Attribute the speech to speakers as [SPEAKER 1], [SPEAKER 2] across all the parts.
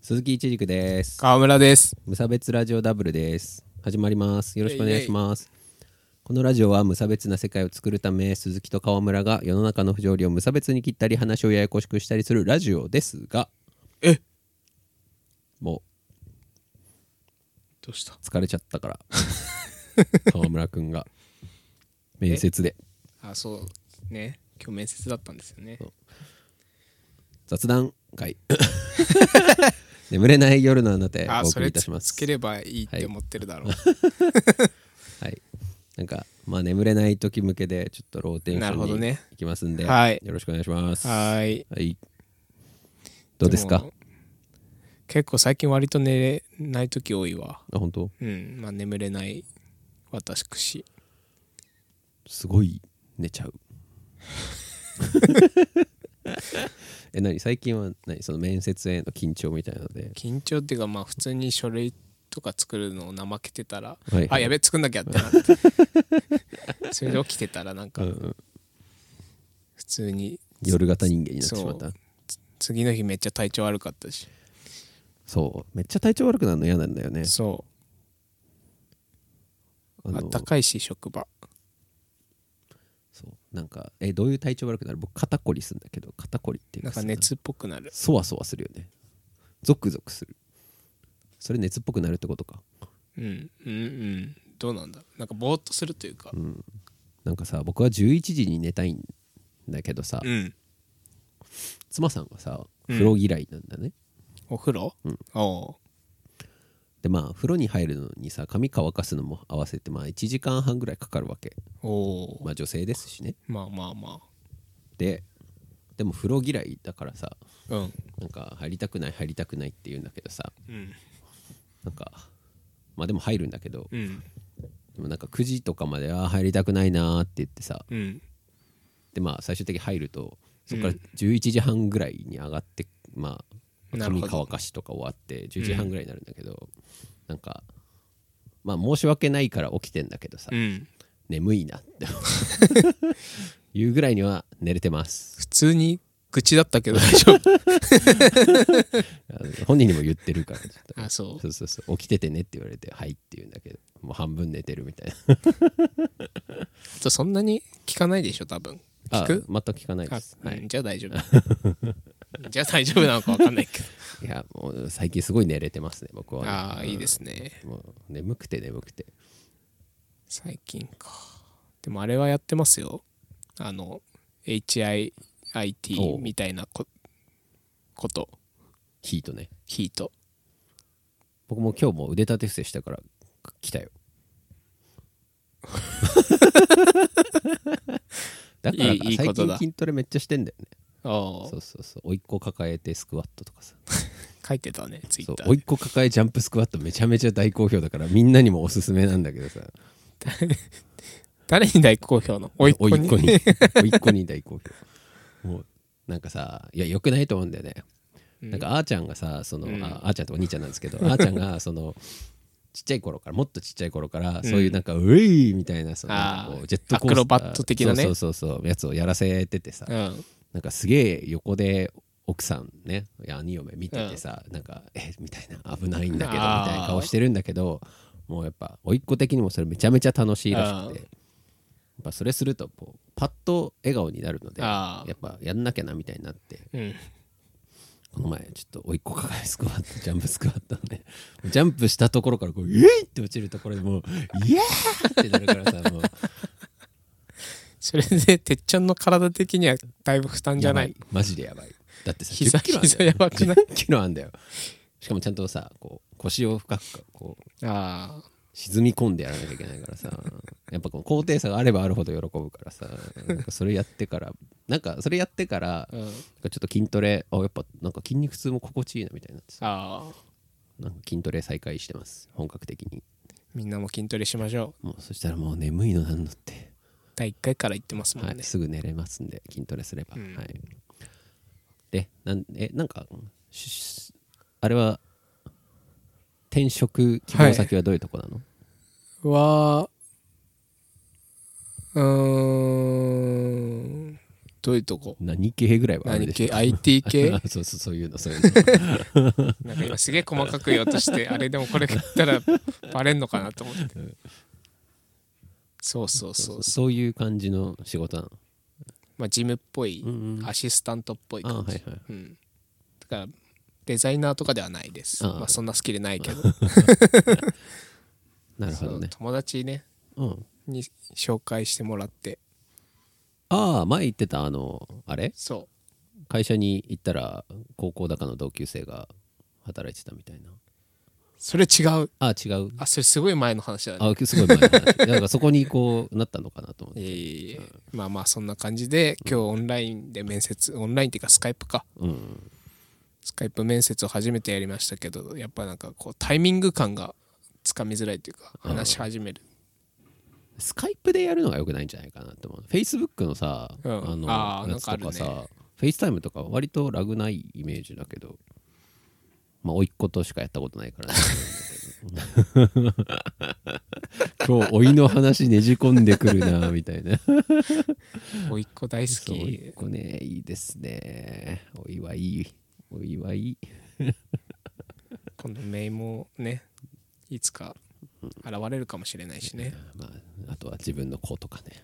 [SPEAKER 1] 鈴木一軸です
[SPEAKER 2] 川村です。
[SPEAKER 1] 無差別ラジオダブルです始まりますよろしくお願いしますこのラジオは無差別な世界を作るため鈴木と川村が世の中の不条理を無差別に切ったり話をややこしくしたりするラジオですが
[SPEAKER 2] え
[SPEAKER 1] も
[SPEAKER 2] どうした
[SPEAKER 1] う疲れちゃった から川村くんが面接で
[SPEAKER 2] あ、そう。ね。今日面接だったんですよね。
[SPEAKER 1] 雑談会 眠れない夜のあなたへ
[SPEAKER 2] あ、
[SPEAKER 1] お
[SPEAKER 2] そ
[SPEAKER 1] 送り
[SPEAKER 2] れ
[SPEAKER 1] いた
[SPEAKER 2] つ
[SPEAKER 1] しま
[SPEAKER 2] つ
[SPEAKER 1] す
[SPEAKER 2] ければいいって思ってるだろう。
[SPEAKER 1] はい。なんか、まあ眠れない時向けで、ちょっとローテーシ
[SPEAKER 2] なる
[SPEAKER 1] ョ
[SPEAKER 2] ほど
[SPEAKER 1] ンに
[SPEAKER 2] ね
[SPEAKER 1] 行きますんで、
[SPEAKER 2] はい
[SPEAKER 1] よろしくお願いします。
[SPEAKER 2] はーい。
[SPEAKER 1] はい。どうですか
[SPEAKER 2] も結構最近割と寝れない時多いわ。
[SPEAKER 1] あ、本当
[SPEAKER 2] うん。まあ眠れない私。
[SPEAKER 1] すごい寝 ちゃう。え、何最近は何その面接への緊張みたいなので。
[SPEAKER 2] 緊張っていうかまあ普通に書類とか作るのを怠けてたら、
[SPEAKER 1] はい
[SPEAKER 2] あ、やべ、作んなきゃってなって。 それで起きてたらなんか
[SPEAKER 1] うんうん、
[SPEAKER 2] 普通に
[SPEAKER 1] 夜型人間になってしまった
[SPEAKER 2] そう。次の日めっちゃ体調悪かったし。
[SPEAKER 1] そう。めっちゃ体調悪くなるの嫌なんだよね。
[SPEAKER 2] そう。
[SPEAKER 1] あ
[SPEAKER 2] あ
[SPEAKER 1] の
[SPEAKER 2] ったかいし職場
[SPEAKER 1] そうなんか、え、どういう体調悪くなる僕、肩こりするんだけど、肩こりっていう
[SPEAKER 2] なんか
[SPEAKER 1] さ
[SPEAKER 2] 熱っぽくなる
[SPEAKER 1] そわそわするよねゾクゾクするそれ熱っぽくなるってことか
[SPEAKER 2] うんうんうんどうなんだなんかぼーっとするというかうん、
[SPEAKER 1] なんかさ僕は11時に寝たいんだけどさ、妻さんがさ風呂嫌いなんだね、
[SPEAKER 2] お風呂、おう
[SPEAKER 1] でまあ風呂に入るのにさ髪乾かすのも合わせてまあ1時間半ぐらいかかるわけ
[SPEAKER 2] おう
[SPEAKER 1] まあ女性ですしね
[SPEAKER 2] まあまあま
[SPEAKER 1] ででも風呂嫌いだからさ
[SPEAKER 2] あうん
[SPEAKER 1] なんか入りたくない入りたくないって言うんだけどさ
[SPEAKER 2] うん
[SPEAKER 1] なんかまあでも入るんだけど
[SPEAKER 2] うん
[SPEAKER 1] でもなんか9時とかまでは入りたくないなーって言ってさ
[SPEAKER 2] うん
[SPEAKER 1] でまあ最終的に入るとそこから11時半ぐらいに上がって、まあ
[SPEAKER 2] なる
[SPEAKER 1] 髪
[SPEAKER 2] ほど
[SPEAKER 1] 乾かしとか終わって11時半ぐらいになるんだけど、なんかまあ申し訳ないから起きてんだけどさ、
[SPEAKER 2] うん
[SPEAKER 1] 眠いなっていうぐらいには寝れてます
[SPEAKER 2] 普通に愚痴だったけど大 丈夫
[SPEAKER 1] あの本人にも言ってるからちょっ と
[SPEAKER 2] あそう
[SPEAKER 1] そうそうそう起きててねって言われて「はい」って言うんだけどもう半分寝てるみたい
[SPEAKER 2] あとそんなに聞かないでしょ多分
[SPEAKER 1] な
[SPEAKER 2] 聞く
[SPEAKER 1] あ全く聞かない
[SPEAKER 2] あ
[SPEAKER 1] です、はい、
[SPEAKER 2] うんじゃあ大丈夫じゃあ大丈夫なのか分か んないけど
[SPEAKER 1] いやもう最近すごい寝れてますね僕は、
[SPEAKER 2] ああいいですね
[SPEAKER 1] もう眠くて眠くて
[SPEAKER 2] 最近かでもあれはやってますよあの HIIT みたいなここと
[SPEAKER 1] ヒートね
[SPEAKER 2] ヒート
[SPEAKER 1] 僕も今日も腕立て伏せしたから来 たよだからか
[SPEAKER 2] いいいいこ
[SPEAKER 1] 最
[SPEAKER 2] と
[SPEAKER 1] 近
[SPEAKER 2] だ
[SPEAKER 1] 筋トレめっちゃしてんだよね
[SPEAKER 2] あ
[SPEAKER 1] そうそうそう甥っ子抱えてスクワットとかさ
[SPEAKER 2] 書いてたねツイ
[SPEAKER 1] そ
[SPEAKER 2] ッ
[SPEAKER 1] う
[SPEAKER 2] ター
[SPEAKER 1] 甥っ子抱えジャンプスクワットめちゃめちゃ大好評だからみんなにもおすすめなんだけどさ
[SPEAKER 2] 誰に大好評のおいっ子
[SPEAKER 1] 甥
[SPEAKER 2] に
[SPEAKER 1] っ子に甥っ子に大好評もうなんかさいやよくないと思うんだよね、なんかあーちゃんがさその、ああーちゃんとお兄ちゃんなんです けどあーちゃんがそのちっちゃい頃からもっとちっちゃい頃から、そういうなんか「うえい!」みたいなその
[SPEAKER 2] あー
[SPEAKER 1] こうジェットコースター
[SPEAKER 2] アクロバット的なね
[SPEAKER 1] そうそうそうそうやつをやらせててさ、
[SPEAKER 2] うん
[SPEAKER 1] なんかすげえ横で奥さんねいや兄嫁見ててさ、なんか「えみたいな危ないんだけどみ
[SPEAKER 2] あー
[SPEAKER 1] たいな顔してるんだけどもうやっぱ甥っ子的にもそれめちゃめちゃ楽しいらしくて
[SPEAKER 2] あー
[SPEAKER 1] やっぱそれするとこうパッと笑顔になるので
[SPEAKER 2] あ
[SPEAKER 1] や
[SPEAKER 2] ー
[SPEAKER 1] っぱやんなきゃなみたいになって
[SPEAKER 2] うん
[SPEAKER 1] この前ちょっと甥っ子抱えスクワット ジャンプスクワットのねジャンプしたところからこう「イエイ!」って落ちるところでもう「イエー!」ってなるからさもう
[SPEAKER 2] それでてっちゃんの体的にはだいぶ負担じゃない
[SPEAKER 1] やばマジでやばいだってさ
[SPEAKER 2] 膝
[SPEAKER 1] 10キロあんだよ
[SPEAKER 2] 膝やばくない
[SPEAKER 1] 10キロあんだよしかもちゃんとさこう腰を深くこう
[SPEAKER 2] あ
[SPEAKER 1] 沈み込んでやらなきゃいけないからさやっぱこの高低差があればあるほど喜ぶからさなんかそれやってからなんかそれやってから、
[SPEAKER 2] うん
[SPEAKER 1] なんかちょっと筋トレあやっぱなんか筋肉痛も心地いいなみたいになってさ
[SPEAKER 2] あああ
[SPEAKER 1] なんか筋トレ再開してます本格的に
[SPEAKER 2] みんなも筋トレしましょう
[SPEAKER 1] もうそしたらもう眠いのなんのって
[SPEAKER 2] 第1回から言ってますもん
[SPEAKER 1] は
[SPEAKER 2] ね、
[SPEAKER 1] い、すぐ寝れますんで筋トレすれば、はいでなんえなんかししあれは転職希望先はどういうとこなの、
[SPEAKER 2] はうーんどういうとこ
[SPEAKER 1] 何系ぐらいはある
[SPEAKER 2] 何
[SPEAKER 1] でしょ
[SPEAKER 2] 系 ?IT 系
[SPEAKER 1] そうそうそういうのそういうの
[SPEAKER 2] なんか今すげえ細かく言おう としてあれでもこれ買ったらバレんのかなと思ってそうそうそ
[SPEAKER 1] そう うそういう感じの仕事なの
[SPEAKER 2] まあ事務っぽい
[SPEAKER 1] ん
[SPEAKER 2] アシスタントっぽい
[SPEAKER 1] あ
[SPEAKER 2] 感
[SPEAKER 1] はいは
[SPEAKER 2] じ
[SPEAKER 1] い
[SPEAKER 2] うんだからデザイナーとかではないです
[SPEAKER 1] ああ
[SPEAKER 2] まあそんなスキルな いけど
[SPEAKER 1] なるほ
[SPEAKER 2] そ
[SPEAKER 1] ど
[SPEAKER 2] う
[SPEAKER 1] ね
[SPEAKER 2] 友達ね
[SPEAKER 1] うん
[SPEAKER 2] に紹介してもらって
[SPEAKER 1] ああ前言ってたあのあれ
[SPEAKER 2] そ
[SPEAKER 1] 会社に行ったら高校だかの同級生が働いてたみたいな
[SPEAKER 2] うそれ違う
[SPEAKER 1] ああ違う
[SPEAKER 2] あそれすごい前の話だね
[SPEAKER 1] あすごい前の話なんかそこにこうなったのかなと思って
[SPEAKER 2] いえいえいえまあまあそんな感じで今日オンラインで面接オンラインっていうかスカイプか
[SPEAKER 1] うん
[SPEAKER 2] スカイプ面接を初めてやりましたけどやっぱなんかこうタイミング感がつかみづらいというか話し始める、
[SPEAKER 1] スカイプでやるのがよくないんじゃないかなと思うフェイスブックのさ、
[SPEAKER 2] うん
[SPEAKER 1] あの
[SPEAKER 2] あー
[SPEAKER 1] やつとかさ
[SPEAKER 2] なんか
[SPEAKER 1] フェイスタイムとか割とラグないイメージだけどまあ甥っ子としかやったことないから、ね、 今日甥の話ねじ込んでくるなみたいな
[SPEAKER 2] おいっ子大好
[SPEAKER 1] そう甥
[SPEAKER 2] き
[SPEAKER 1] っ子ねいいですね甥はいい甥はいい
[SPEAKER 2] 今度メイもねいつか現れるかもしれないしね
[SPEAKER 1] まあ、あとは自分の子とかね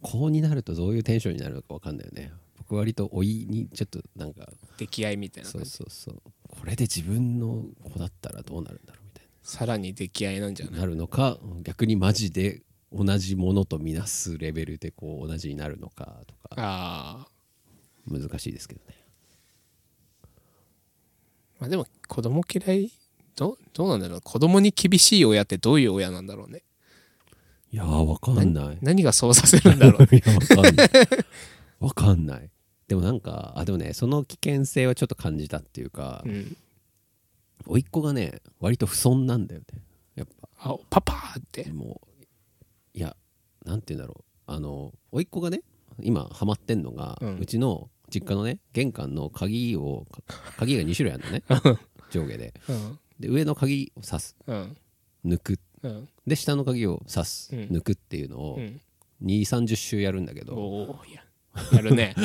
[SPEAKER 1] 子になるとどういうテンションになるのか分かんないよね僕割と老いにちょっとなんか
[SPEAKER 2] 出来合いみたいな
[SPEAKER 1] そ
[SPEAKER 2] 感
[SPEAKER 1] う
[SPEAKER 2] じ
[SPEAKER 1] そうそうこれで自分の子だったらどうなるんだろうみたい
[SPEAKER 2] さらに出来合いなんじゃない
[SPEAKER 1] ななるのか逆にマジで同じものとみなすレベルでこう同じになるのかとか
[SPEAKER 2] ああ
[SPEAKER 1] 難しいですけどね
[SPEAKER 2] まあでも子供嫌いどどうなんだろう子供に厳しい親ってどういう親なんだろうね
[SPEAKER 1] いやー分かん ない
[SPEAKER 2] 何がそうさせるんだろう
[SPEAKER 1] いや分かんない分かんないでもなんかあでもねその危険性はちょっと感じたっていうか、
[SPEAKER 2] うん
[SPEAKER 1] 甥っ子がね割と不損なんだよねやっぱ
[SPEAKER 2] あパパーって
[SPEAKER 1] もういやなんて言うんだろうあの甥っ子がね今ハマってんのが、
[SPEAKER 2] う
[SPEAKER 1] うんちの実家のね玄関の鍵 をか鍵が2種類あるのね上下で
[SPEAKER 2] うん
[SPEAKER 1] で上の鍵を刺す
[SPEAKER 2] うん
[SPEAKER 1] 抜く
[SPEAKER 2] うん
[SPEAKER 1] で下の鍵を刺す、
[SPEAKER 2] うん
[SPEAKER 1] 抜くっていうのを
[SPEAKER 2] うん
[SPEAKER 1] 2 3 0周やるんだけど、
[SPEAKER 2] おおいややるね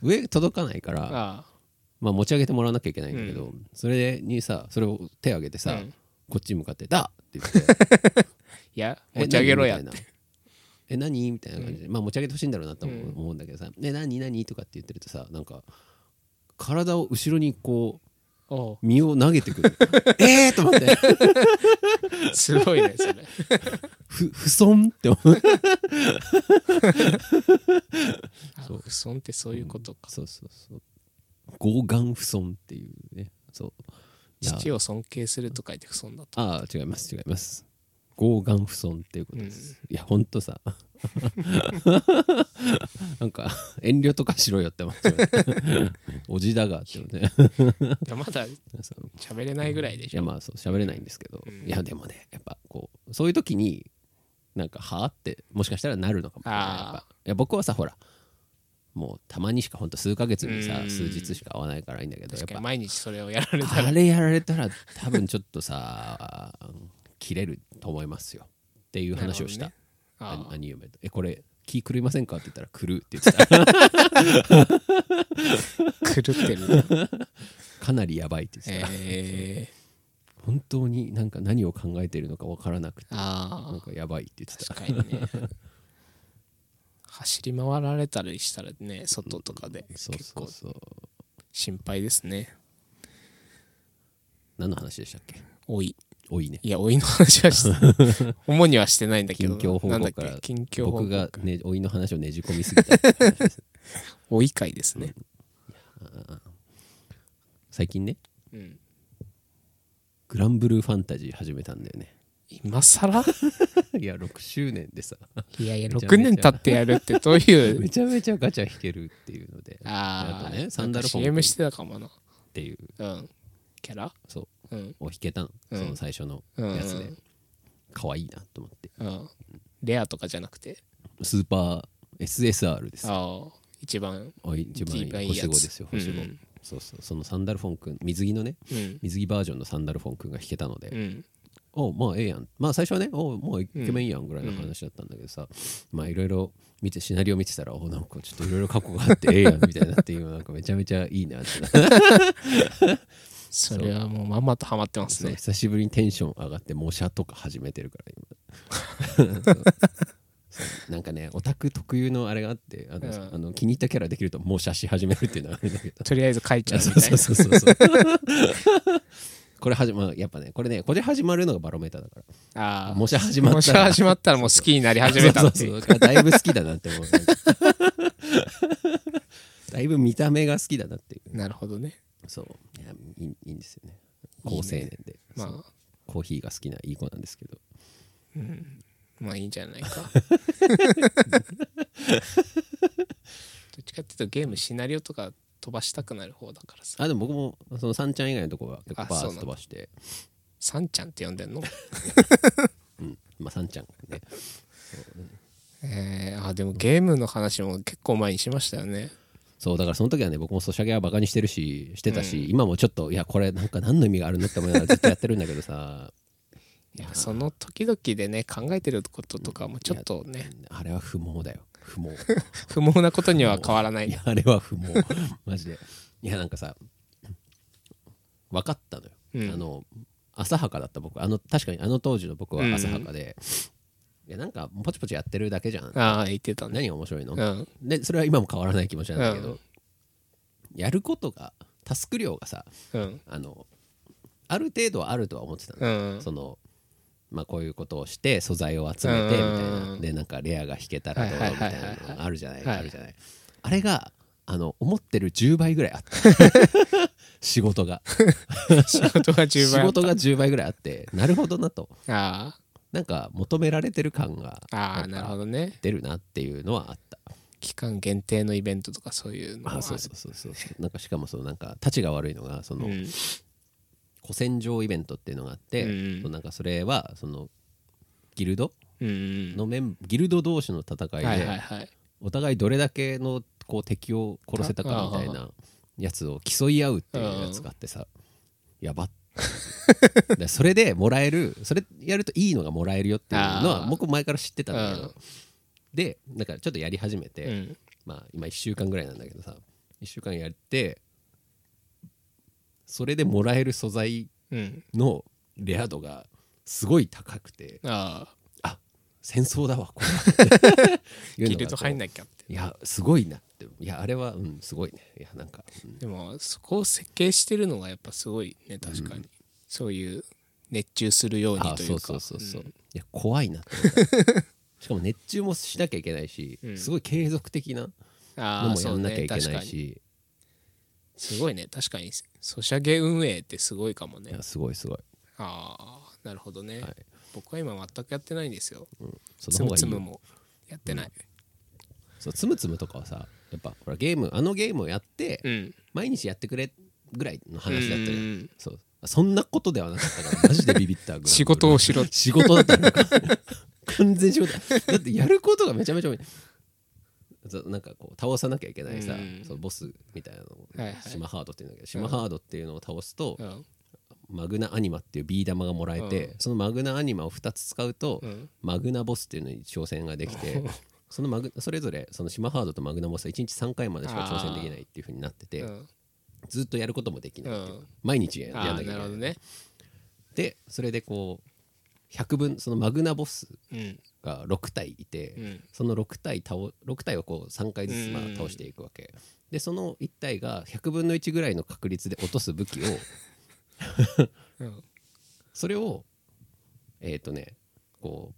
[SPEAKER 1] 上届かないから
[SPEAKER 2] あ
[SPEAKER 1] まあ、持ち上げてもらわなきゃいけないんだけど、それにさそれを手挙げてさ、
[SPEAKER 2] うん
[SPEAKER 1] こっちに向かって「だ!」って言って
[SPEAKER 2] あいや
[SPEAKER 1] え
[SPEAKER 2] 持ち上げろや
[SPEAKER 1] 何みたいなえ何みたいな感じで、まあ持ち上げてほしいんだろうなと
[SPEAKER 2] うん
[SPEAKER 1] 思うんだけどさ「え何何?」とかって言ってるとさなんか体を後ろにこう
[SPEAKER 2] おう
[SPEAKER 1] 身を投げてく るえーと思 って
[SPEAKER 2] すごいね それ
[SPEAKER 1] ふ不損って思う
[SPEAKER 2] あ不損ってそういうことか、
[SPEAKER 1] そうそうそう強眼不損っていうねそういや
[SPEAKER 2] 父を尊敬すると書いて不損だ と
[SPEAKER 1] ああ違います違います強眼不損っていうことです、いやほんと さなんか遠慮とかしろよって思っちゃう おじだがって思う ね
[SPEAKER 2] いやまだ
[SPEAKER 1] そう
[SPEAKER 2] 喋れないぐらいで
[SPEAKER 1] い
[SPEAKER 2] しょ
[SPEAKER 1] やまあそう喋れないんですけど、いやでもねやっぱこうそういう時になんかはあってもしかしたらなるのかもしれない
[SPEAKER 2] あー
[SPEAKER 1] やっぱいや僕はさほらもうたまにしかほんと数ヶ月にさ
[SPEAKER 2] うん
[SPEAKER 1] 数日しか会わないからいいんだけどや
[SPEAKER 2] 確
[SPEAKER 1] っ
[SPEAKER 2] か
[SPEAKER 1] ぱ
[SPEAKER 2] に毎日それをやられたら
[SPEAKER 1] あれやられたら多分ちょっとさ 切れると思いますよっていう 話をした、
[SPEAKER 2] なるほどねああ
[SPEAKER 1] 兄嫁と「えこれ気狂いませんか?」って言ったら「狂う」って言ってた
[SPEAKER 2] 狂ってる ね
[SPEAKER 1] かなりやばいって言ってた、
[SPEAKER 2] えー
[SPEAKER 1] 本当になんか何を考えているのか分からなくてな
[SPEAKER 2] あ
[SPEAKER 1] んかやばいって言って
[SPEAKER 2] あ
[SPEAKER 1] た
[SPEAKER 2] 確かにね走り回られたりしたらね外とかで
[SPEAKER 1] そう
[SPEAKER 2] 結
[SPEAKER 1] そう
[SPEAKER 2] 構
[SPEAKER 1] そう
[SPEAKER 2] 心配ですね
[SPEAKER 1] 何の話でしたっけ
[SPEAKER 2] 老い
[SPEAKER 1] 多いね
[SPEAKER 2] いや老いの話はして 主にはしてないんだけど
[SPEAKER 1] 近況報
[SPEAKER 2] なんだ
[SPEAKER 1] 告
[SPEAKER 2] っ
[SPEAKER 1] か
[SPEAKER 2] け
[SPEAKER 1] ら
[SPEAKER 2] 近況報告
[SPEAKER 1] 僕がね老いの話をねじ込みすぎ た
[SPEAKER 2] 老い会ですね
[SPEAKER 1] 最近ね
[SPEAKER 2] うん
[SPEAKER 1] グランブルーファンタジー始めたんだよね
[SPEAKER 2] 今更
[SPEAKER 1] いや6周年でさ
[SPEAKER 2] いやいや、
[SPEAKER 1] めちゃめちゃ
[SPEAKER 2] 6年経ってやるってどうい
[SPEAKER 1] め
[SPEAKER 2] う。
[SPEAKER 1] ちゃめちゃガチャ引けるっていうので
[SPEAKER 2] あ
[SPEAKER 1] あ
[SPEAKER 2] あ、
[SPEAKER 1] とねサンダルフォン
[SPEAKER 2] CM してたかもな。
[SPEAKER 1] っていう
[SPEAKER 2] うん。キャラ
[SPEAKER 1] そ
[SPEAKER 2] うん。
[SPEAKER 1] うを引けたの、
[SPEAKER 2] うん
[SPEAKER 1] その最初の
[SPEAKER 2] うん。
[SPEAKER 1] やつで可愛いなと思って
[SPEAKER 2] うん。レアとかじゃなくて。
[SPEAKER 1] スーパー SSR です
[SPEAKER 2] ああ、一番。
[SPEAKER 1] おい一番いい
[SPEAKER 2] 一番いいや
[SPEAKER 1] 星
[SPEAKER 2] つ
[SPEAKER 1] 5ですよ星5、
[SPEAKER 2] うん
[SPEAKER 1] そうそうそのサンダルフォン君水着のね
[SPEAKER 2] うん。
[SPEAKER 1] 水着バージョンのサンダルフォン君が引けたので、
[SPEAKER 2] うん。
[SPEAKER 1] おうまあええやんまあ最初はねおうもうイケメンやんぐらいの話だったんだけどさ、まあいろいろ見てシナリオ見てたらおなんかちょっといろいろ過去があってええやんみたいになっていうなんかめちゃめちゃいいなってな
[SPEAKER 2] それはもうまんまとハマってます
[SPEAKER 1] そう
[SPEAKER 2] ね
[SPEAKER 1] 久しぶりにテンション上がって模写とか始めてるから今そう なんかねオタク特有のあれがあってあの、
[SPEAKER 2] うん
[SPEAKER 1] あの気に入ったキャラできると模写し始めるっていうのがあるんだけど
[SPEAKER 2] とりあえず書いちゃうみ
[SPEAKER 1] そう
[SPEAKER 2] たい
[SPEAKER 1] そうそう
[SPEAKER 2] な
[SPEAKER 1] そうそう これ始まやっぱねこれねこれ始まるのがバロメーターだから
[SPEAKER 2] ああ
[SPEAKER 1] 模写始まったら
[SPEAKER 2] 模写始まったらもう好きになり始めたって
[SPEAKER 1] そう
[SPEAKER 2] い
[SPEAKER 1] そううそうだいぶ好きだなって思う だいぶ見た目が好きだなっていう
[SPEAKER 2] なるほどね
[SPEAKER 1] そういやいいいいんですよね高青年で
[SPEAKER 2] ま
[SPEAKER 1] そう
[SPEAKER 2] あ
[SPEAKER 1] コーヒーが好きないい子なんですけど
[SPEAKER 2] まあいいんじ ゃないかどっちかっていうとゲームシナリオとか飛ばしたくなる方だからさ
[SPEAKER 1] あでも僕もそのさんちゃん以外のとこは結構
[SPEAKER 2] あ
[SPEAKER 1] バ
[SPEAKER 2] そ
[SPEAKER 1] ー
[SPEAKER 2] うなん
[SPEAKER 1] ス
[SPEAKER 2] だ
[SPEAKER 1] 飛ばして
[SPEAKER 2] サンちゃんって呼んでんの
[SPEAKER 1] うんまあさんちゃんがね
[SPEAKER 2] えー、あでもゲームの話も結構前にしましたよね
[SPEAKER 1] そうだからその時はね僕もソシャゲはバカにしてるししてたし、今もちょっといやこれなんか何の意味があるのって思いながらずっとやってるんだけどさ
[SPEAKER 2] いやその時々でね考えてることとかもちょっとね
[SPEAKER 1] あれは不毛だよ不毛
[SPEAKER 2] 不毛なことには変わらない
[SPEAKER 1] い
[SPEAKER 2] ね
[SPEAKER 1] やあれは不毛 マジでいやなんかさ分かったのよ、
[SPEAKER 2] うん
[SPEAKER 1] あの浅はかだった僕あの確かにあの当時の僕は浅はかで、いやなんかポチポチやってるだけじゃん
[SPEAKER 2] ああ言ってたね
[SPEAKER 1] 何が面白いの、
[SPEAKER 2] うん
[SPEAKER 1] でそれは今も変わらない気持ちなんだけど、
[SPEAKER 2] うん
[SPEAKER 1] やることがタスク量がさ
[SPEAKER 2] うん
[SPEAKER 1] あのある程度はあるとは思ってたの
[SPEAKER 2] う、ん
[SPEAKER 1] そのまあこういうことをして素材を集めてみたい
[SPEAKER 2] うんうん
[SPEAKER 1] な
[SPEAKER 2] うん
[SPEAKER 1] でなんかレアが引けたらどうみたいな
[SPEAKER 2] はいはいはいはい
[SPEAKER 1] の
[SPEAKER 2] は
[SPEAKER 1] があるじゃない
[SPEAKER 2] はい
[SPEAKER 1] あるじゃないあれがあの思ってる10倍ぐらいあった 仕事が
[SPEAKER 2] 仕事が10
[SPEAKER 1] 仕
[SPEAKER 2] 倍あっ
[SPEAKER 1] 事が10倍ぐらいあってなるほどなと
[SPEAKER 2] た あ
[SPEAKER 1] なんか求められてる感が
[SPEAKER 2] あああなるほどね
[SPEAKER 1] 出るなっていうのはあった
[SPEAKER 2] 期間限定のイベントとかそういうのも
[SPEAKER 1] あそうそうそうそうなんかしかもそのなんかたちが悪いのがその
[SPEAKER 2] うん
[SPEAKER 1] 古戦場イベントっていうのがあって、
[SPEAKER 2] うん
[SPEAKER 1] そうなんかそれはそのギルド
[SPEAKER 2] うんうん
[SPEAKER 1] のメンギルド同士の戦いで、
[SPEAKER 2] はいはいはい
[SPEAKER 1] お互いどれだけのこう敵を殺せたかみたいなやつを競い合うっていうやつがあってさやばっ でそれでもらえるそれやるといいのがもらえるよっていうの
[SPEAKER 2] あ
[SPEAKER 1] は
[SPEAKER 2] ー
[SPEAKER 1] 僕前から知ってたんだけ
[SPEAKER 2] うん
[SPEAKER 1] どでなんかちょっとやり始めて、
[SPEAKER 2] うん
[SPEAKER 1] まあ今1週間ぐらいなんだけどさ1週間やってそれでもらえる素材
[SPEAKER 2] うん
[SPEAKER 1] のレア度がすごい高くて
[SPEAKER 2] ああ
[SPEAKER 1] あ戦争だわこれいうのが
[SPEAKER 2] ギルド入んなきゃって
[SPEAKER 1] いやすごいなっていやあれはうんすごいねいやなんか、うん
[SPEAKER 2] でもそこを設計してるのがやっぱすごいね確かに、そういう熱中するように
[SPEAKER 1] あ
[SPEAKER 2] とい
[SPEAKER 1] そうう
[SPEAKER 2] か
[SPEAKER 1] そうそうそう、
[SPEAKER 2] ん
[SPEAKER 1] いや怖 いなって思ったしかも熱中もしなきゃいけないし、
[SPEAKER 2] ん
[SPEAKER 1] すごい継続的な
[SPEAKER 2] あ
[SPEAKER 1] の
[SPEAKER 2] あ
[SPEAKER 1] もや
[SPEAKER 2] そうん
[SPEAKER 1] なきゃ
[SPEAKER 2] ね
[SPEAKER 1] いけ
[SPEAKER 2] 確
[SPEAKER 1] な
[SPEAKER 2] か
[SPEAKER 1] い
[SPEAKER 2] に
[SPEAKER 1] し、
[SPEAKER 2] すごいね確かにソシャゲ運営ってすごいかもね
[SPEAKER 1] いやすごいすごい
[SPEAKER 2] ああなるほどね、
[SPEAKER 1] はい
[SPEAKER 2] 僕は今全くやってないんですよ、
[SPEAKER 1] そ
[SPEAKER 2] つ
[SPEAKER 1] の方
[SPEAKER 2] む
[SPEAKER 1] がいい
[SPEAKER 2] つ
[SPEAKER 1] よ
[SPEAKER 2] むもやってない
[SPEAKER 1] そうつむつむとかはさやっぱほらゲームあのゲームをやって、
[SPEAKER 2] うん、
[SPEAKER 1] 毎日やってくれぐらいの話だったじゃん
[SPEAKER 2] うんうんうん
[SPEAKER 1] そうそんなことではなかったからマジでビビ ったぐらい
[SPEAKER 2] 仕事をしろって
[SPEAKER 1] 仕事だったのか 完全に仕事だってやることがめちゃめちゃ多いそうなんかこう倒さなきゃいけないさ、
[SPEAKER 2] うん
[SPEAKER 1] そのボスみたいなのを、
[SPEAKER 2] はいはい
[SPEAKER 1] 島ハードっていうんだけど島ハードっていうのを倒すと、
[SPEAKER 2] うん
[SPEAKER 1] マグナアニマっていうビー玉がもらえて、そのマグナアニマを2つ使うと、
[SPEAKER 2] うん
[SPEAKER 1] マグナボスっていうのに挑戦ができて そのマグそれぞれその島ハードとマグナボスは1日3回までしか挑戦できないっていうふうになってて、
[SPEAKER 2] うん
[SPEAKER 1] ずっとやることもでき
[SPEAKER 2] う
[SPEAKER 1] ない、
[SPEAKER 2] ん
[SPEAKER 1] 毎日ややん
[SPEAKER 2] あ
[SPEAKER 1] なきゃ
[SPEAKER 2] あ
[SPEAKER 1] いけ
[SPEAKER 2] な
[SPEAKER 1] な
[SPEAKER 2] るほ
[SPEAKER 1] い
[SPEAKER 2] どね
[SPEAKER 1] でそれでこう100分そのマグナボス
[SPEAKER 2] うん
[SPEAKER 1] が6体いて、
[SPEAKER 2] うん
[SPEAKER 1] その6体倒6体をこう3回ずつまあ
[SPEAKER 2] うん
[SPEAKER 1] 倒していくわけ、でその1体が100分の1ぐらいの確率で落とす武 器を
[SPEAKER 2] うん
[SPEAKER 1] それをえっ、とねこう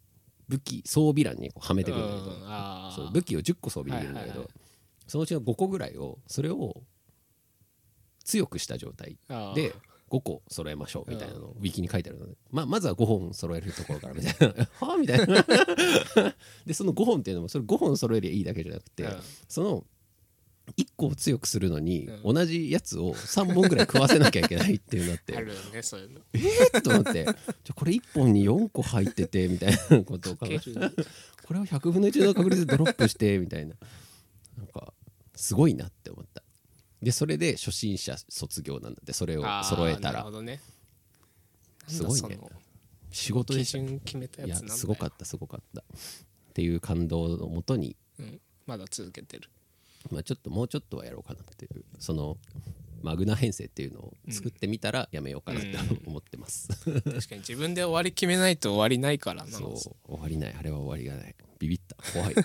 [SPEAKER 1] 武器装備欄にこうはめてくるんだけど、
[SPEAKER 2] うんあー
[SPEAKER 1] そう武器を10個装備できるんだけど、
[SPEAKER 2] はいはいはい
[SPEAKER 1] そのうちの5個ぐらいをそれを強くした状態
[SPEAKER 2] あー
[SPEAKER 1] で5個揃えましょうみたいなのウィキに書いてあるので、まあ、まずは5本揃えるところからみたいな はあみたいなでその5本っていうのもそれ5本揃えりゃいいだけじゃなくて、
[SPEAKER 2] うん
[SPEAKER 1] その1個を強くするのに
[SPEAKER 2] うん
[SPEAKER 1] 同じやつを3本ぐらい食わせなきゃいけないっていうなっ て
[SPEAKER 2] あるよねそういうの
[SPEAKER 1] えーっと思ってじゃあこれ1本に4個入っててみたいなことを考えて
[SPEAKER 2] か
[SPEAKER 1] これを100分の1の確率でドロップしてみたいななんかすごいなって思ったでそれで初心者卒業なんだってそれを
[SPEAKER 2] あー
[SPEAKER 1] 揃えた
[SPEAKER 2] なる
[SPEAKER 1] ら
[SPEAKER 2] ほどね
[SPEAKER 1] すごいね
[SPEAKER 2] なんだその
[SPEAKER 1] 仕事で
[SPEAKER 2] 基
[SPEAKER 1] した
[SPEAKER 2] 準決めたや
[SPEAKER 1] い
[SPEAKER 2] つ
[SPEAKER 1] や
[SPEAKER 2] なんだよ
[SPEAKER 1] すごかったすごかったっていう感動のもとに、
[SPEAKER 2] うん、まだ続けてる
[SPEAKER 1] まあ、ちょっともうちょっとはやろうかなっていうそのマグナ編成っていうのを作ってみたらやめようかなって思ってます、
[SPEAKER 2] 確かに自分で終わり決めないと終わりないからな
[SPEAKER 1] そう終わりないあれは終わりがないビビった怖い
[SPEAKER 2] ちょ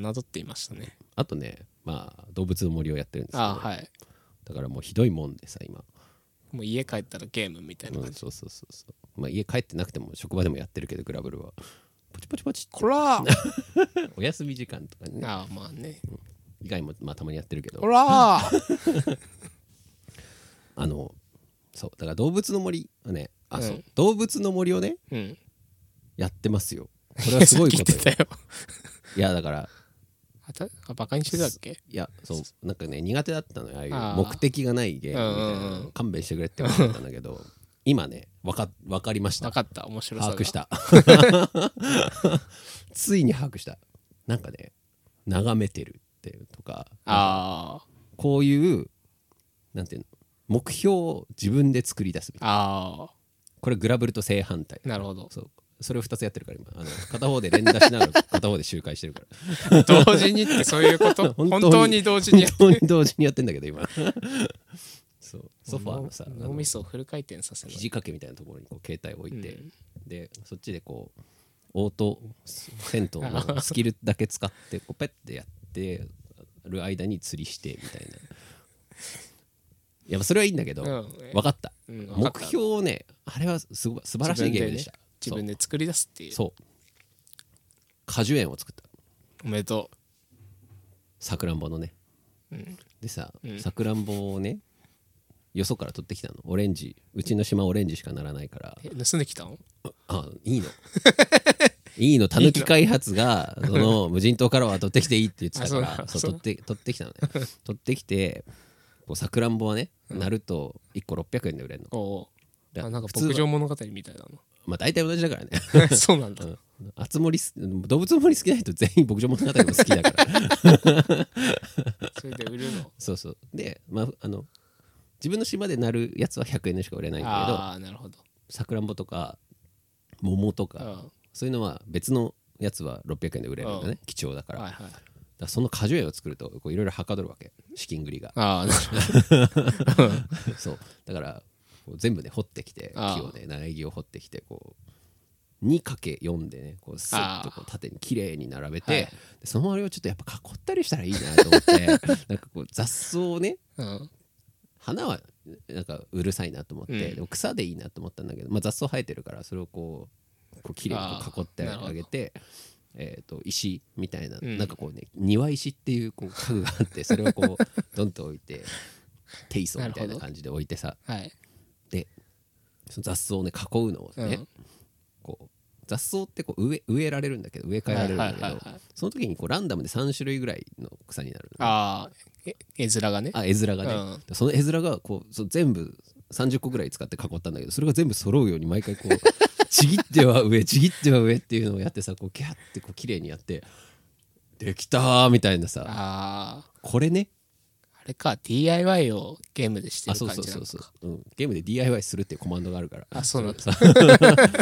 [SPEAKER 2] っと侮っていましたね
[SPEAKER 1] あとねまあ動物の森をやってるんですけど
[SPEAKER 2] ああはい
[SPEAKER 1] だからもうひどいもんでさ今、
[SPEAKER 2] もう家帰ったらゲームみたいな
[SPEAKER 1] う
[SPEAKER 2] 感
[SPEAKER 1] ん、
[SPEAKER 2] じ、
[SPEAKER 1] そうそうそうそうまあ家帰ってなくても職場でもやってるけどグラブルはポチポチポチって
[SPEAKER 2] こら
[SPEAKER 1] お休み時間とかね
[SPEAKER 2] ああまあね
[SPEAKER 1] 以外もまあたまにやってるけど
[SPEAKER 2] こら
[SPEAKER 1] あのそうだから動物の森はねあそう、
[SPEAKER 2] うん
[SPEAKER 1] 動物の森をね
[SPEAKER 2] うん
[SPEAKER 1] やってますよこれはすごい
[SPEAKER 2] さ
[SPEAKER 1] こと
[SPEAKER 2] っ き
[SPEAKER 1] よ
[SPEAKER 2] 言ってたよ
[SPEAKER 1] いやだから
[SPEAKER 2] あたあバカにしてたっけ
[SPEAKER 1] いやそうなんかね苦手だったのよああいう
[SPEAKER 2] あー
[SPEAKER 1] 目的がないゲームみたいな
[SPEAKER 2] うんうんう
[SPEAKER 1] の勘弁してくれって思ったんだけど今ねわかわかりました
[SPEAKER 2] 分かった面白さ
[SPEAKER 1] 把握
[SPEAKER 2] が
[SPEAKER 1] した ついに把握したなんかね眺めてるっていうとか
[SPEAKER 2] あ
[SPEAKER 1] こういうなんていうの目標を自分で作り出すみ
[SPEAKER 2] あ
[SPEAKER 1] たいな
[SPEAKER 2] あ
[SPEAKER 1] これグラブルと正反対
[SPEAKER 2] あなるほど
[SPEAKER 1] そうそれを2つやってるから今あの片方で連打しながら片方で周回してるから
[SPEAKER 2] 同時にってそういうこ と本当に同時にやっ
[SPEAKER 1] 本当に同時にやってんだけど今 そうソファーのさあ
[SPEAKER 2] 脳
[SPEAKER 1] の
[SPEAKER 2] みそをフル回転させない
[SPEAKER 1] 肘掛けみたいなところにこう携帯を置いて、でそっちでこうオート銭湯 のスキルだけ使ってこうペッてやってる間に釣りしてみたいな。いやまあそれはいいんだけど、
[SPEAKER 2] うん
[SPEAKER 1] 分かった、
[SPEAKER 2] うん分かった
[SPEAKER 1] 目標をねあれはすごい素晴らしいゲームでした
[SPEAKER 2] 自分でね自分で作り出すっていう
[SPEAKER 1] そうそう果樹園を作った
[SPEAKER 2] おめでと
[SPEAKER 1] さくらんぼのね、でささくらんぼをねよそから取ってきたのオレンジうちの島オレンジしかならないから
[SPEAKER 2] うえ盗んできたの
[SPEAKER 1] あいいのいいのたぬき開発がその無人島からは取ってきていいって言ってたか
[SPEAKER 2] あそうな
[SPEAKER 1] ら
[SPEAKER 2] の
[SPEAKER 1] そう
[SPEAKER 2] そう
[SPEAKER 1] 取って取ってきたのね取ってきてこうさくらんぼはねなると1個600円で売れるの
[SPEAKER 2] おお
[SPEAKER 1] だ
[SPEAKER 2] あなんか
[SPEAKER 1] 普通は
[SPEAKER 2] 牧場物語みたいな
[SPEAKER 1] まあ大体同じだからね
[SPEAKER 2] のそうなんだ
[SPEAKER 1] あつ森す動物の森好きな人全員牧場物語も好きだから
[SPEAKER 2] それで売るの
[SPEAKER 1] そうそうで、まあ、あの自分の島でなるやつは100円でしか売れないんだけど
[SPEAKER 2] ああなるほど
[SPEAKER 1] さくらんぼとか桃と
[SPEAKER 2] うん
[SPEAKER 1] かそういうのは別のやつは600円で売れるんだね貴重だからだ
[SPEAKER 2] は
[SPEAKER 1] か
[SPEAKER 2] いはい
[SPEAKER 1] らその果樹園を作るとこういろいろはかどるわけ資金繰りが
[SPEAKER 2] ああなるほど
[SPEAKER 1] そうだからこう全部ね掘ってきて
[SPEAKER 2] ああ
[SPEAKER 1] 木をね苗木を掘ってきてこう 2×4 でねこうスッとこう縦に綺麗に並べて、
[SPEAKER 2] はい
[SPEAKER 1] でその周りをちょっとやっぱ囲ったりしたらいいなと思って なんかこう雑草をね
[SPEAKER 2] うん
[SPEAKER 1] 花はなんかうるさいなと思って、
[SPEAKER 2] うん
[SPEAKER 1] でも草でいいなと思ったんだけど、まあ、雑草生えてるからそれをこうこう綺麗にこう囲って
[SPEAKER 2] あー
[SPEAKER 1] あげて、えー、と石みたいな、
[SPEAKER 2] うん
[SPEAKER 1] なんかこうね庭石っていうこう家具があってそれをこ うドンと置いてテイソーみたいな
[SPEAKER 2] なるほど
[SPEAKER 1] 感じで置いてさ
[SPEAKER 2] はい
[SPEAKER 1] でその雑草をね囲うのをね、
[SPEAKER 2] うん
[SPEAKER 1] こう雑草ってこう植え植えられるんだけど植え替えられるんだけど、
[SPEAKER 2] はいはいはいはい
[SPEAKER 1] その時にこうランダムで3種類ぐらいの草になるの
[SPEAKER 2] ああえ絵面がね
[SPEAKER 1] あ絵面がね、その絵面がこうそう全部30個ぐらい使って囲ったんだけどそれが全部揃うように毎回こう ちぎっては上ちぎっては上っていうのをやってさこうギャッてこう綺麗にやってできたーみたいなさ
[SPEAKER 2] ああ
[SPEAKER 1] これね
[SPEAKER 2] あれか DIY をゲームでして
[SPEAKER 1] あ
[SPEAKER 2] る
[SPEAKER 1] そ
[SPEAKER 2] 感
[SPEAKER 1] う
[SPEAKER 2] じ
[SPEAKER 1] そう
[SPEAKER 2] な
[SPEAKER 1] そう
[SPEAKER 2] の
[SPEAKER 1] そう、うん、ゲームで DIY するっていうコマンドがあるから
[SPEAKER 2] あそうなんだ
[SPEAKER 1] さ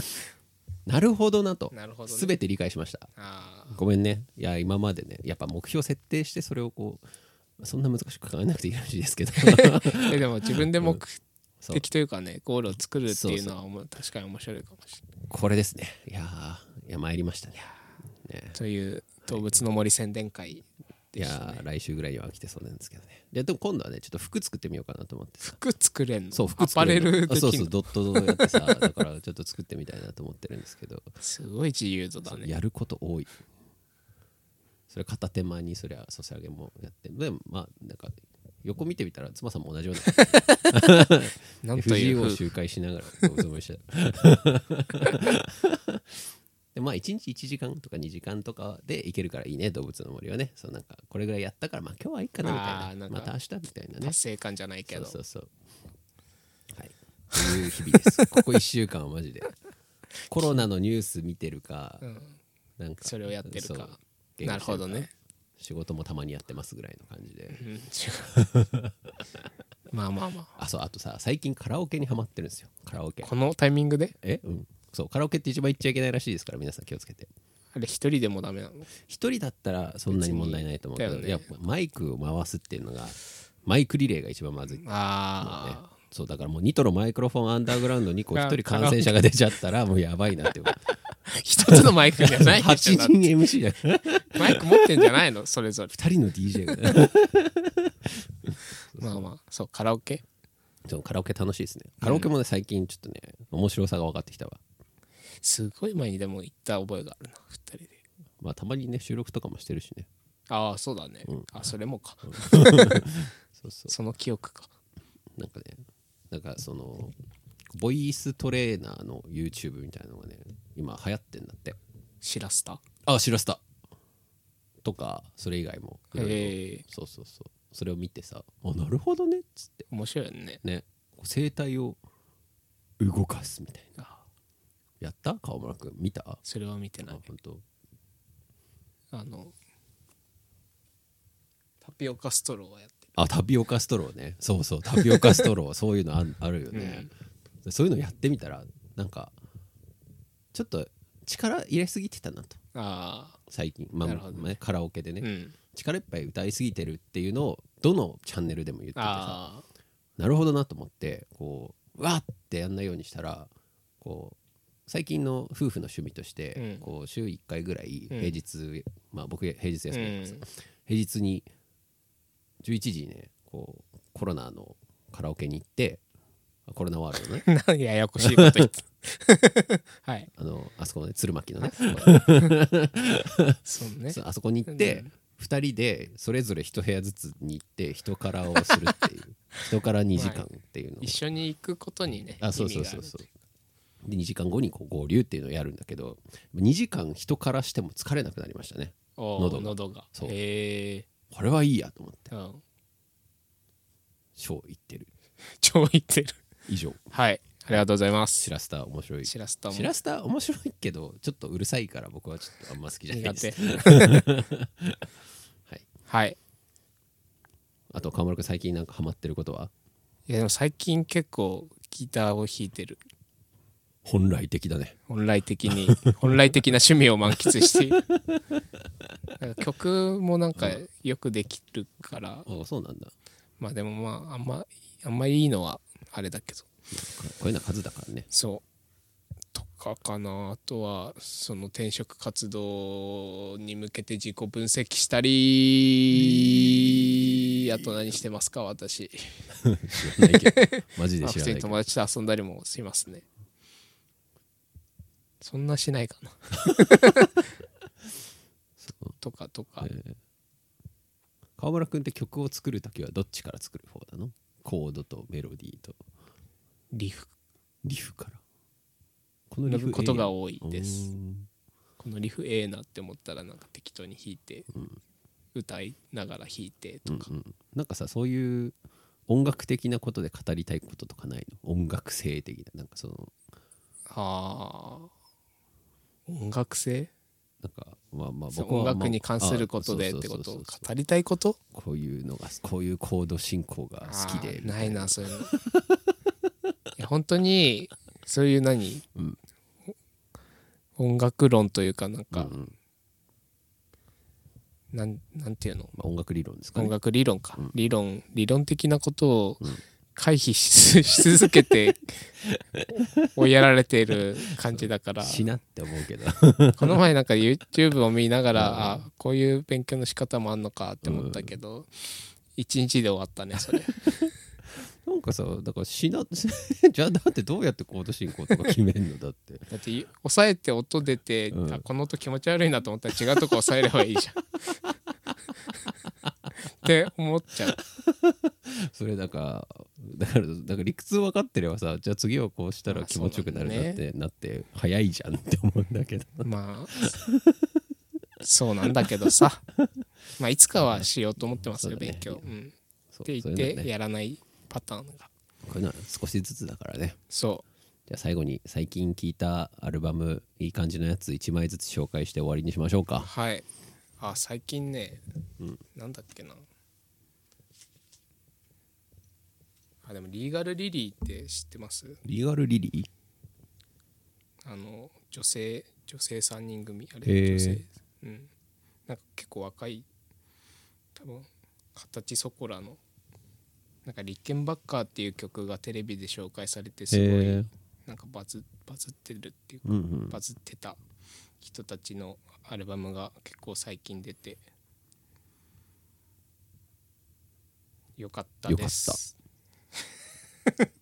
[SPEAKER 1] なるほどなと
[SPEAKER 2] なるほどね
[SPEAKER 1] 全て理解しました
[SPEAKER 2] あ
[SPEAKER 1] ごめんねいや今までねやっぱ目標設定してそれをこうそんな難しく考えなくていいらしいですけど
[SPEAKER 2] あででも自分で目
[SPEAKER 1] そう
[SPEAKER 2] 的というかねゴールを作るっていうのはおも確かに面白いかもしれない
[SPEAKER 1] これですねいやーいや参りましたねね
[SPEAKER 2] という動物の森宣伝会
[SPEAKER 1] い
[SPEAKER 2] で
[SPEAKER 1] や
[SPEAKER 2] した
[SPEAKER 1] ー来週ぐらいには来てそうなんですけどねいやでも今度はねちょっと服作ってみようかなと思ってさ
[SPEAKER 2] 服作れんの
[SPEAKER 1] そう
[SPEAKER 2] ア
[SPEAKER 1] 服
[SPEAKER 2] パ
[SPEAKER 1] 作
[SPEAKER 2] レ
[SPEAKER 1] れる
[SPEAKER 2] ル
[SPEAKER 1] あ
[SPEAKER 2] 的
[SPEAKER 1] そう
[SPEAKER 2] な
[SPEAKER 1] そうドットやって さだからちょっと作ってみたいなと思ってるんですけど
[SPEAKER 2] すごい自由度だね
[SPEAKER 1] やること多いそれ片手間にそりゃソシャゲもやってでもまあなんか横見てみたら妻さんも同じような
[SPEAKER 2] なんとい
[SPEAKER 1] FGO
[SPEAKER 2] う
[SPEAKER 1] を
[SPEAKER 2] 夫婦
[SPEAKER 1] 周回しながらごました でまあ1日1時間とか2時間とかで行けるからいいね動物の森はねそうなんかこれぐらいやったからまあ今日はいいかなみ
[SPEAKER 2] あ
[SPEAKER 1] た
[SPEAKER 2] ー
[SPEAKER 1] い
[SPEAKER 2] な
[SPEAKER 1] なん
[SPEAKER 2] か
[SPEAKER 1] また明日みたいなね
[SPEAKER 2] 達成感じゃないけど
[SPEAKER 1] そうそうそうはいという日々です ここ1週間はマジでコロナのニュース見てるか、なんか
[SPEAKER 2] それをやってる
[SPEAKER 1] そう
[SPEAKER 2] か
[SPEAKER 1] 言語
[SPEAKER 2] なるほどね
[SPEAKER 1] 仕事もたまにやってますぐらいの感じで
[SPEAKER 2] うん違 うまあまあまあ
[SPEAKER 1] あそうあとさ最近カラオケにハマってるんですよカラオケ
[SPEAKER 2] このタイミングで
[SPEAKER 1] えうんそうカラオケって一番行っちゃいけないらしいですから皆さん気をつけて
[SPEAKER 2] あれ一人でもダメなの
[SPEAKER 1] 一人だったらそんなに問題ないと思うけど、
[SPEAKER 2] 別に
[SPEAKER 1] やっぱマイクを回すっていうのがマイクリレーが一番まずいね
[SPEAKER 2] あ
[SPEAKER 1] そうだからもうニトロマイクロフォンアンダーグラウンドにこう一人感染者が出ちゃったらもうやばいなっていう
[SPEAKER 2] あ一つのマイクじゃ ない
[SPEAKER 1] 8
[SPEAKER 2] で しょだっ
[SPEAKER 1] 人 MC だから
[SPEAKER 2] てマイク持ってんじゃないのそれぞれ
[SPEAKER 1] 2人の DJ が
[SPEAKER 2] まあまあそうカラオケ
[SPEAKER 1] そうカラオケ楽しいですねカラオケもね最近ちょっとね面白さが分かってきたわ
[SPEAKER 2] すごい前にでも行った覚えがあるな二人で
[SPEAKER 1] まあたまにね収録とかもしてるしね
[SPEAKER 2] ああそうだね、あそれもか、
[SPEAKER 1] そうそ
[SPEAKER 2] その記憶か
[SPEAKER 1] うなんかねなんかそのボイストレーナーの YouTube みたいなのがね今流行ってんだって
[SPEAKER 2] シラスタ
[SPEAKER 1] あ知らせたとかそれ以外もいろいろ
[SPEAKER 2] ええ
[SPEAKER 1] そうそうそうそれを見てさあなるほどねっつって
[SPEAKER 2] 面白いよね
[SPEAKER 1] ねこう声帯を動かすみたいな
[SPEAKER 2] あ
[SPEAKER 1] やった川村君見たあ
[SPEAKER 2] それは見てない
[SPEAKER 1] 本当
[SPEAKER 2] あのタピオカストローはやってる
[SPEAKER 1] あタピオカストローねそうそうタピオカストロ ーそういうのああるよね、でそういうのやってみたらなんかちょっと力入れすぎてたなと
[SPEAKER 2] ああ
[SPEAKER 1] 最近、まあ
[SPEAKER 2] なるほど
[SPEAKER 1] ね、カラオケでね、
[SPEAKER 2] うん
[SPEAKER 1] 力いっぱい歌いすぎてるっていうのをどのチャンネルでも言っててさ
[SPEAKER 2] ああ
[SPEAKER 1] なるほどなと思ってこううわーってやんないようにしたらこう最近の夫婦の趣味として、
[SPEAKER 2] うん
[SPEAKER 1] こう週1回ぐらい
[SPEAKER 2] うん
[SPEAKER 1] 平日、まあ僕平日休みなんです、
[SPEAKER 2] うん
[SPEAKER 1] 平日に11時にねこうコロナのカラオケに行ってコロナワールドのね
[SPEAKER 2] なんややこしいこと言って はい
[SPEAKER 1] あのあそこのね鶴巻のね
[SPEAKER 2] そうね
[SPEAKER 1] そうあそこに行って、2人でそれぞれ1部屋ずつに行って1カラをするっていう1カラ2時間っていうのを
[SPEAKER 2] 一緒に行くことにね
[SPEAKER 1] あそうそうそうそうで2時間後にこう合流っていうのをやるんだけど2時間人からしても疲れなくなりましたね喉
[SPEAKER 2] 喉
[SPEAKER 1] が
[SPEAKER 2] 喉が
[SPEAKER 1] そう
[SPEAKER 2] へえ
[SPEAKER 1] これはいいやと思って
[SPEAKER 2] うん
[SPEAKER 1] 超行ってる
[SPEAKER 2] 超言ってる
[SPEAKER 1] 以上
[SPEAKER 2] はいありがとうございます
[SPEAKER 1] シラスター面白い
[SPEAKER 2] シラスタも
[SPEAKER 1] シラスター面白いけどちょっとうるさいから僕はちょっとあんま好きじゃない
[SPEAKER 2] 苦
[SPEAKER 1] で
[SPEAKER 2] 手
[SPEAKER 1] す はい
[SPEAKER 2] はい
[SPEAKER 1] あと川村君最近なんかハマってることはい
[SPEAKER 2] やでも最近結構ギターを弾いてる
[SPEAKER 1] 本来的だね
[SPEAKER 2] 本来的に 本来的な趣味を満喫しているなんか曲もなんかよくできるから
[SPEAKER 1] ああそうなんだ
[SPEAKER 2] まあでもまああんまあんまいいのはあれだけど
[SPEAKER 1] ここういうのは数だからね
[SPEAKER 2] そうとかかなあとはその転職活動に向けて自己分析したりあと何してますか私
[SPEAKER 1] 知らないけどマジで
[SPEAKER 2] まあ
[SPEAKER 1] 知ら
[SPEAKER 2] 普通
[SPEAKER 1] ないけ
[SPEAKER 2] に
[SPEAKER 1] ど
[SPEAKER 2] 友達と遊んだりもしますねそんなしないかなとかとか、
[SPEAKER 1] 川村君って曲を作るときはどっちから作る方なのコードとメロディーと
[SPEAKER 2] リフ
[SPEAKER 1] リフからこ
[SPEAKER 2] のことが多い
[SPEAKER 1] い
[SPEAKER 2] ですこのリフええなって思ったらなんか適当に弾いて、歌いながら弾いてとか、
[SPEAKER 1] なんかさそういう音楽的なことで語りたいこととかないの音楽性的ななんかその
[SPEAKER 2] あー音楽性
[SPEAKER 1] なんかまあまあ
[SPEAKER 2] そう
[SPEAKER 1] 僕は
[SPEAKER 2] 音
[SPEAKER 1] まあ
[SPEAKER 2] 楽に関することでってこ
[SPEAKER 1] あ
[SPEAKER 2] と
[SPEAKER 1] そうそ
[SPEAKER 2] を
[SPEAKER 1] うそうそう
[SPEAKER 2] 語りたいこと
[SPEAKER 1] こういうのがこういうコード進行が好きで
[SPEAKER 2] あーないなそういうのいや本当にそういう何、
[SPEAKER 1] うん
[SPEAKER 2] 音楽論というかなん
[SPEAKER 1] うんう
[SPEAKER 2] か、
[SPEAKER 1] ん
[SPEAKER 2] なんなんていうの
[SPEAKER 1] まあ、音楽理論ですかね
[SPEAKER 2] 音楽理論か、理論理論的なことを回避しし続 けて追いやられている感じだから
[SPEAKER 1] しなって思うけど
[SPEAKER 2] この前なんか YouTube を見ながら、あこういう勉強の仕方もあんのかって思ったけど、一日で終わったね それ
[SPEAKER 1] なんかさだからしな じゃあだってどうやってコード進行とか決めんのだって
[SPEAKER 2] だって抑えて音出て、
[SPEAKER 1] うん
[SPEAKER 2] あこの音気持ち悪いなと思ったら違うとこ抑えればい いじゃんって思っちゃう
[SPEAKER 1] それだからだからだから理屈分かってればさじゃあ次はこうしたら気持ちよくなる
[SPEAKER 2] まあそう
[SPEAKER 1] な
[SPEAKER 2] だ
[SPEAKER 1] っ
[SPEAKER 2] ね
[SPEAKER 1] てなって早いじゃんって思うんだ けど
[SPEAKER 2] まあそうなんだけど さまあいつかはしようと思ってますよ、
[SPEAKER 1] そうだね
[SPEAKER 2] 勉強、うん、
[SPEAKER 1] そう
[SPEAKER 2] って
[SPEAKER 1] そう
[SPEAKER 2] 言っ
[SPEAKER 1] いうの
[SPEAKER 2] て
[SPEAKER 1] ね
[SPEAKER 2] やらないパターンが
[SPEAKER 1] こういうのは少しずつだからね
[SPEAKER 2] そ
[SPEAKER 1] じゃあ最後に最近聴いたアルバムいい感じのやつ1枚ずつ紹介して終わりにしましょう
[SPEAKER 2] う
[SPEAKER 1] か
[SPEAKER 2] はいあ最近ね、
[SPEAKER 1] うん
[SPEAKER 2] なんだっけなあでもリーガルリリーって知ってます
[SPEAKER 1] リガルリリー
[SPEAKER 2] あの女性女性3人組あれ、
[SPEAKER 1] へー
[SPEAKER 2] 女性うんなんか結構若い多分二十歳そこらのなんか「リッケンバッカー」っていう曲がテレビで紹介されてすごい、
[SPEAKER 1] へー
[SPEAKER 2] なんかバズバズってるっていうか、
[SPEAKER 1] うんうん
[SPEAKER 2] バズってた人たちのアルバムが結構最近出てよかったです
[SPEAKER 1] よか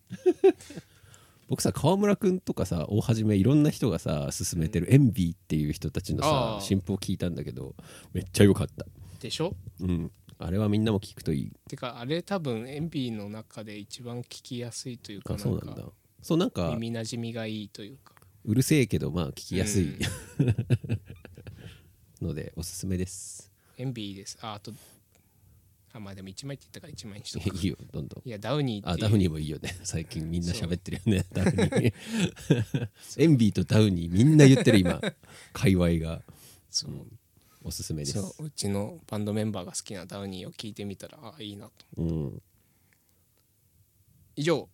[SPEAKER 1] 僕さ川村くんとかさ大はじめいろんな人がさ勧めてるエンビーっていう人たちの
[SPEAKER 2] あ
[SPEAKER 1] さ
[SPEAKER 2] ー
[SPEAKER 1] 新譜を聞いたんだけどめっちゃ良かった
[SPEAKER 2] でしょ
[SPEAKER 1] うんあれはみんなも聞くといい
[SPEAKER 2] てかあれ多分エンビーの中で一番聞きやすいというか
[SPEAKER 1] あ
[SPEAKER 2] な
[SPEAKER 1] そうんなん
[SPEAKER 2] か
[SPEAKER 1] だそうなんか
[SPEAKER 2] 耳なじみがいいというか
[SPEAKER 1] うるせえけどまあ聞きやすい、
[SPEAKER 2] う
[SPEAKER 1] のでおすすめです
[SPEAKER 2] エンビーですああとあまあでも1枚って言ったから1枚にしと
[SPEAKER 1] い
[SPEAKER 2] く
[SPEAKER 1] いよどんどん
[SPEAKER 2] いやダウニーっ
[SPEAKER 1] あ
[SPEAKER 2] て
[SPEAKER 1] ダ
[SPEAKER 2] い
[SPEAKER 1] ウ
[SPEAKER 2] う
[SPEAKER 1] ニーもいいよね 最近みんな喋ってるよねダウニーエンビーと ダウニーみんな言ってる今界隈が
[SPEAKER 2] そう
[SPEAKER 1] おすすめです
[SPEAKER 2] そううちのバンドメンバーが好きなダウニーを聞いてみたらあいいなと
[SPEAKER 1] うん終
[SPEAKER 2] 以上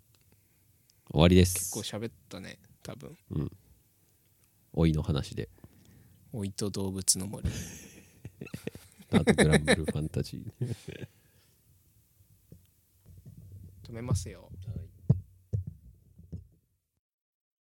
[SPEAKER 1] わりで
[SPEAKER 2] 結構
[SPEAKER 1] す
[SPEAKER 2] 喋ったね多分
[SPEAKER 1] 老いの話で
[SPEAKER 2] 老いと動物の森
[SPEAKER 1] あとグランブルーファンタジー
[SPEAKER 2] 止めますよ
[SPEAKER 1] はい